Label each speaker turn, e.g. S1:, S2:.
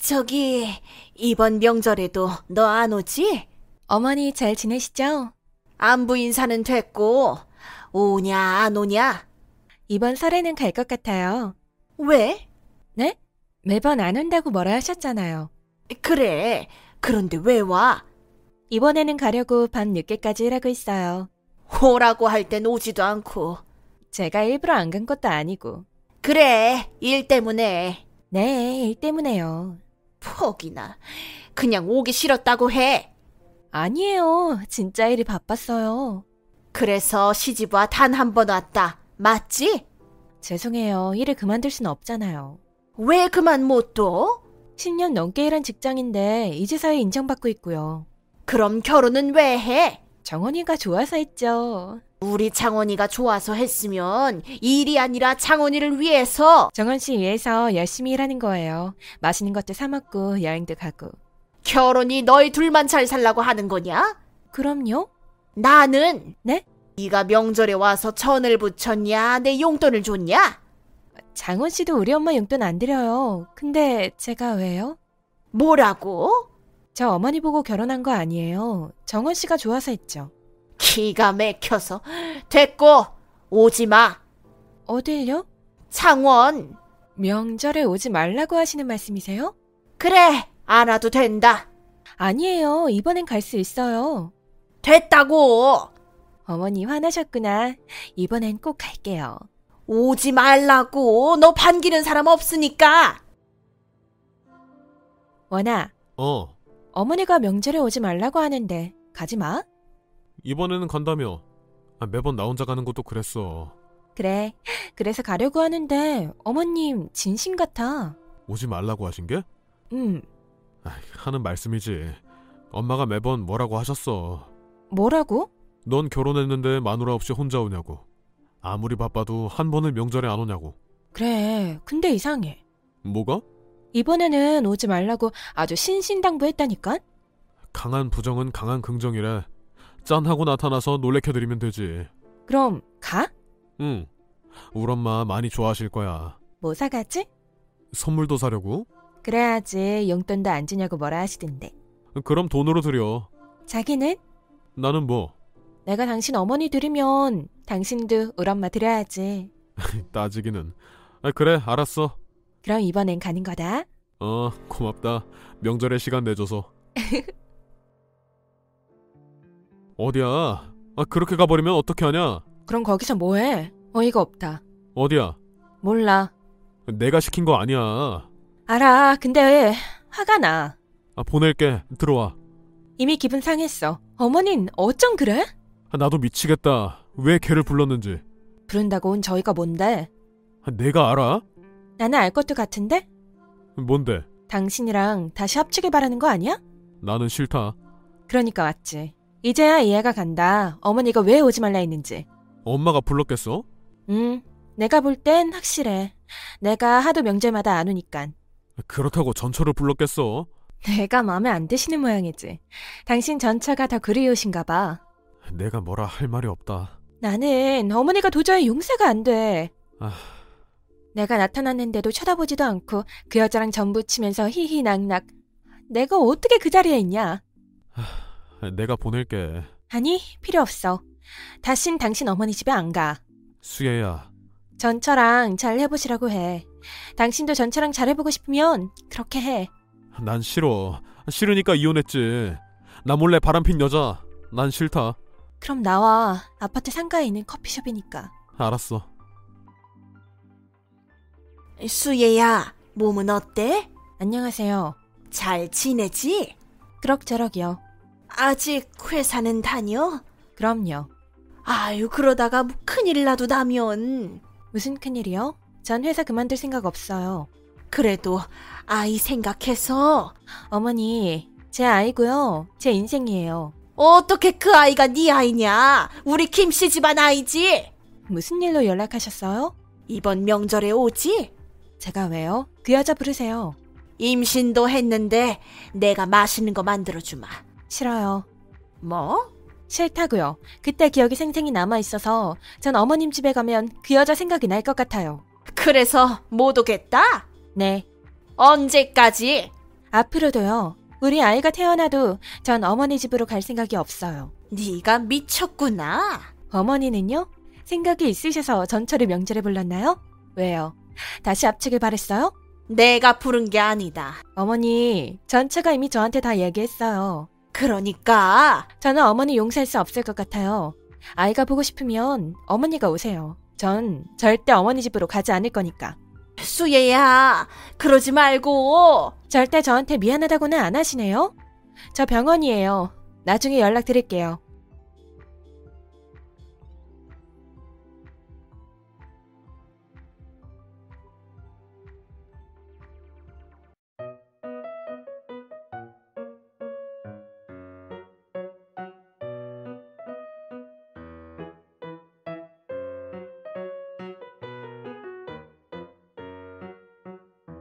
S1: 저기 이번 명절에도 너 안 오지?
S2: 어머니 잘 지내시죠?
S1: 안부 인사는 됐고 오냐 안 오냐?
S2: 이번 설에는 갈 것 같아요.
S1: 왜?
S2: 네? 매번 안 온다고 뭐라 하셨잖아요.
S1: 그래. 그런데 왜 와?
S2: 이번에는 가려고 밤 늦게까지 일하고 있어요.
S1: 오라고 할 땐 오지도 않고.
S2: 제가 일부러 안 간 것도 아니고.
S1: 그래. 일 때문에
S2: 네, 일 때문에요.
S1: 포기나. 그냥 오기 싫었다고 해.
S2: 아니에요. 진짜 일이 바빴어요.
S1: 그래서 시집와 단 한 번 왔다. 맞지?
S2: 죄송해요. 일을 그만둘 순 없잖아요.
S1: 왜 그만 못 둬?
S2: 10년 넘게 일한 직장인데 이제서야 인정받고 있고요.
S1: 그럼 결혼은 왜 해?
S2: 정원이가 좋아서 했죠.
S1: 우리 창원이가 좋아서 했으면 일이 아니라 창원이를 위해서
S2: 정원 씨 위해서 열심히 일하는 거예요. 맛있는 것도 사 먹고 여행도 가고.
S1: 결혼이 너희 둘만 잘 살라고 하는 거냐?
S2: 그럼요.
S1: 나는
S2: 네?
S1: 네가 명절에 와서 천을 붙였냐? 내 용돈을 줬냐?
S2: 장원 씨도 우리 엄마 용돈 안 드려요. 근데 제가 왜요?
S1: 뭐라고?
S2: 저 어머니 보고 결혼한 거 아니에요. 정원 씨가 좋아서 했죠.
S1: 기가 막혀서 됐고 오지 마
S2: 어딜요?
S1: 창원
S2: 명절에 오지 말라고 하시는 말씀이세요?
S1: 그래 안 와도 된다
S2: 아니에요. 이번엔 갈 수 있어요.
S1: 됐다고
S2: 어머니 화나셨구나. 이번엔 꼭 갈게요.
S1: 오지 말라고 너 반기는 사람 없으니까
S2: 원아,
S3: 어,
S2: 어머니가 명절에 오지 말라고 하는데 가지 마.
S3: 이번에는 간다며. 아, 매번 나 혼자 가는 것도 그랬어.
S2: 그래. 그래서 가려고 하는데 어머님 진심 같아.
S3: 오지 말라고 하신 게?
S2: 음,
S3: 아이, 하는 말씀이지. 엄마가 매번 뭐라고 하셨어.
S2: 뭐라고?
S3: 넌 결혼했는데 마누라 없이 혼자 오냐고. 아무리 바빠도 한 번을 명절에 안 오냐고.
S2: 그래. 근데 이상해.
S3: 뭐가?
S2: 이번에는 오지 말라고 아주 신신당부했다니까?
S3: 강한 부정은 강한 긍정이래. 짠 하고 나타나서 놀래켜드리면 되지.
S2: 그럼 가?
S3: 응. 우리 엄마 많이 좋아하실 거야.
S2: 뭐 사가지?
S3: 선물도 사려고?
S2: 그래야지 용돈도 안 주냐고 뭐라 하시던데.
S3: 그럼 돈으로 드려.
S2: 자기는?
S3: 나는 뭐
S2: 내가 당신 어머니 드리면 당신도 우리 엄마 드려야지.
S3: 따지기는. 아, 그래 알았어.
S2: 그럼 이번엔 가는 거다.
S3: 어, 고맙다. 명절에 시간 내줘서. 어디야? 아, 그렇게 가버리면 어떻게 하냐?
S2: 그럼 거기서 뭐해? 어이가 없다.
S3: 어디야?
S2: 몰라.
S3: 내가 시킨 거 아니야.
S2: 알아. 근데 화가 나.
S3: 아, 보낼게. 들어와.
S2: 이미 기분 상했어. 어머닌 어쩜 그래?
S3: 아, 나도 미치겠다. 왜 걔를 불렀는지.
S2: 부른다고 온 저희가 뭔데?
S3: 아, 내가 알아?
S2: 나는 알 것도 같은데?
S3: 뭔데?
S2: 당신이랑 다시 합치길 바라는 거 아니야?
S3: 나는 싫다.
S2: 그러니까 왔지. 이제야 이해가 간다. 어머니가 왜 오지 말라 했는지.
S3: 엄마가 불렀겠어?
S2: 음, 내가 볼 땐 확실해. 내가 하도 명절마다 안 오니깐.
S3: 그렇다고 전처를 불렀겠어?
S2: 내가 마음에 안 드시는 모양이지. 당신 전처가 더 그리우신가 봐.
S3: 내가 뭐라 할 말이 없다.
S2: 나는 어머니가 도저히 용서가 안 돼.
S3: 아.
S2: 내가 나타났는데도 쳐다보지도 않고 그 여자랑 전부치면서 히히낙낙. 내가 어떻게 그 자리에 있냐?
S3: 아, 내가 보낼게.
S2: 아니, 필요 없어. 다신 당신 어머니 집에 안 가.
S3: 수혜야,
S2: 전처랑 잘 해보시라고 해. 당신도 전처랑 잘 해보고 싶으면 그렇게 해.
S3: 난 싫어. 싫으니까 이혼했지. 나 몰래 바람핀 여자. 난 싫다.
S2: 그럼 나와. 아파트 상가에 있는 커피숍이니까.
S3: 알았어.
S1: 수예야 몸은 어때?
S2: 안녕하세요.
S1: 잘 지내지?
S2: 그럭저럭이요.
S1: 아직 회사는 다녀?
S2: 그럼요.
S1: 아유, 그러다가 뭐 큰일 나도 나면.
S2: 무슨 큰일이요? 전 회사 그만둘 생각 없어요.
S1: 그래도 아이 생각해서
S2: 어머니, 제 아이고요. 제 인생이에요.
S1: 어떻게 그 아이가 네 아이냐? 우리 김씨 집안 아이지?
S2: 무슨 일로 연락하셨어요?
S1: 이번 명절에 오지?
S2: 제가 왜요? 그 여자 부르세요.
S1: 임신도 했는데 내가 맛있는 거 만들어 주마.
S2: 싫어요.
S1: 뭐?
S2: 싫다고요. 그때 기억이 생생히 남아 있어서 전 어머님 집에 가면 그 여자 생각이 날 것 같아요.
S1: 그래서 못 오겠다?
S2: 네,
S1: 언제까지?
S2: 앞으로도요. 우리 아이가 태어나도 전 어머니 집으로 갈 생각이 없어요.
S1: 네가 미쳤구나.
S2: 어머니는요? 생각이 있으셔서 전철의 명절에 불렀나요? 왜요? 다시 앞치길 바랬어요?
S1: 내가 부른 게 아니다.
S2: 어머니, 전처가 이미 저한테 다 얘기했어요.
S1: 그러니까
S2: 저는 어머니 용서할 수 없을 것 같아요. 아이가 보고 싶으면 어머니가 오세요. 전 절대 어머니 집으로 가지 않을 거니까.
S1: 수예야 그러지 말고
S2: 절대 저한테 미안하다고는 안 하시네요? 저 병원이에요. 나중에 연락드릴게요.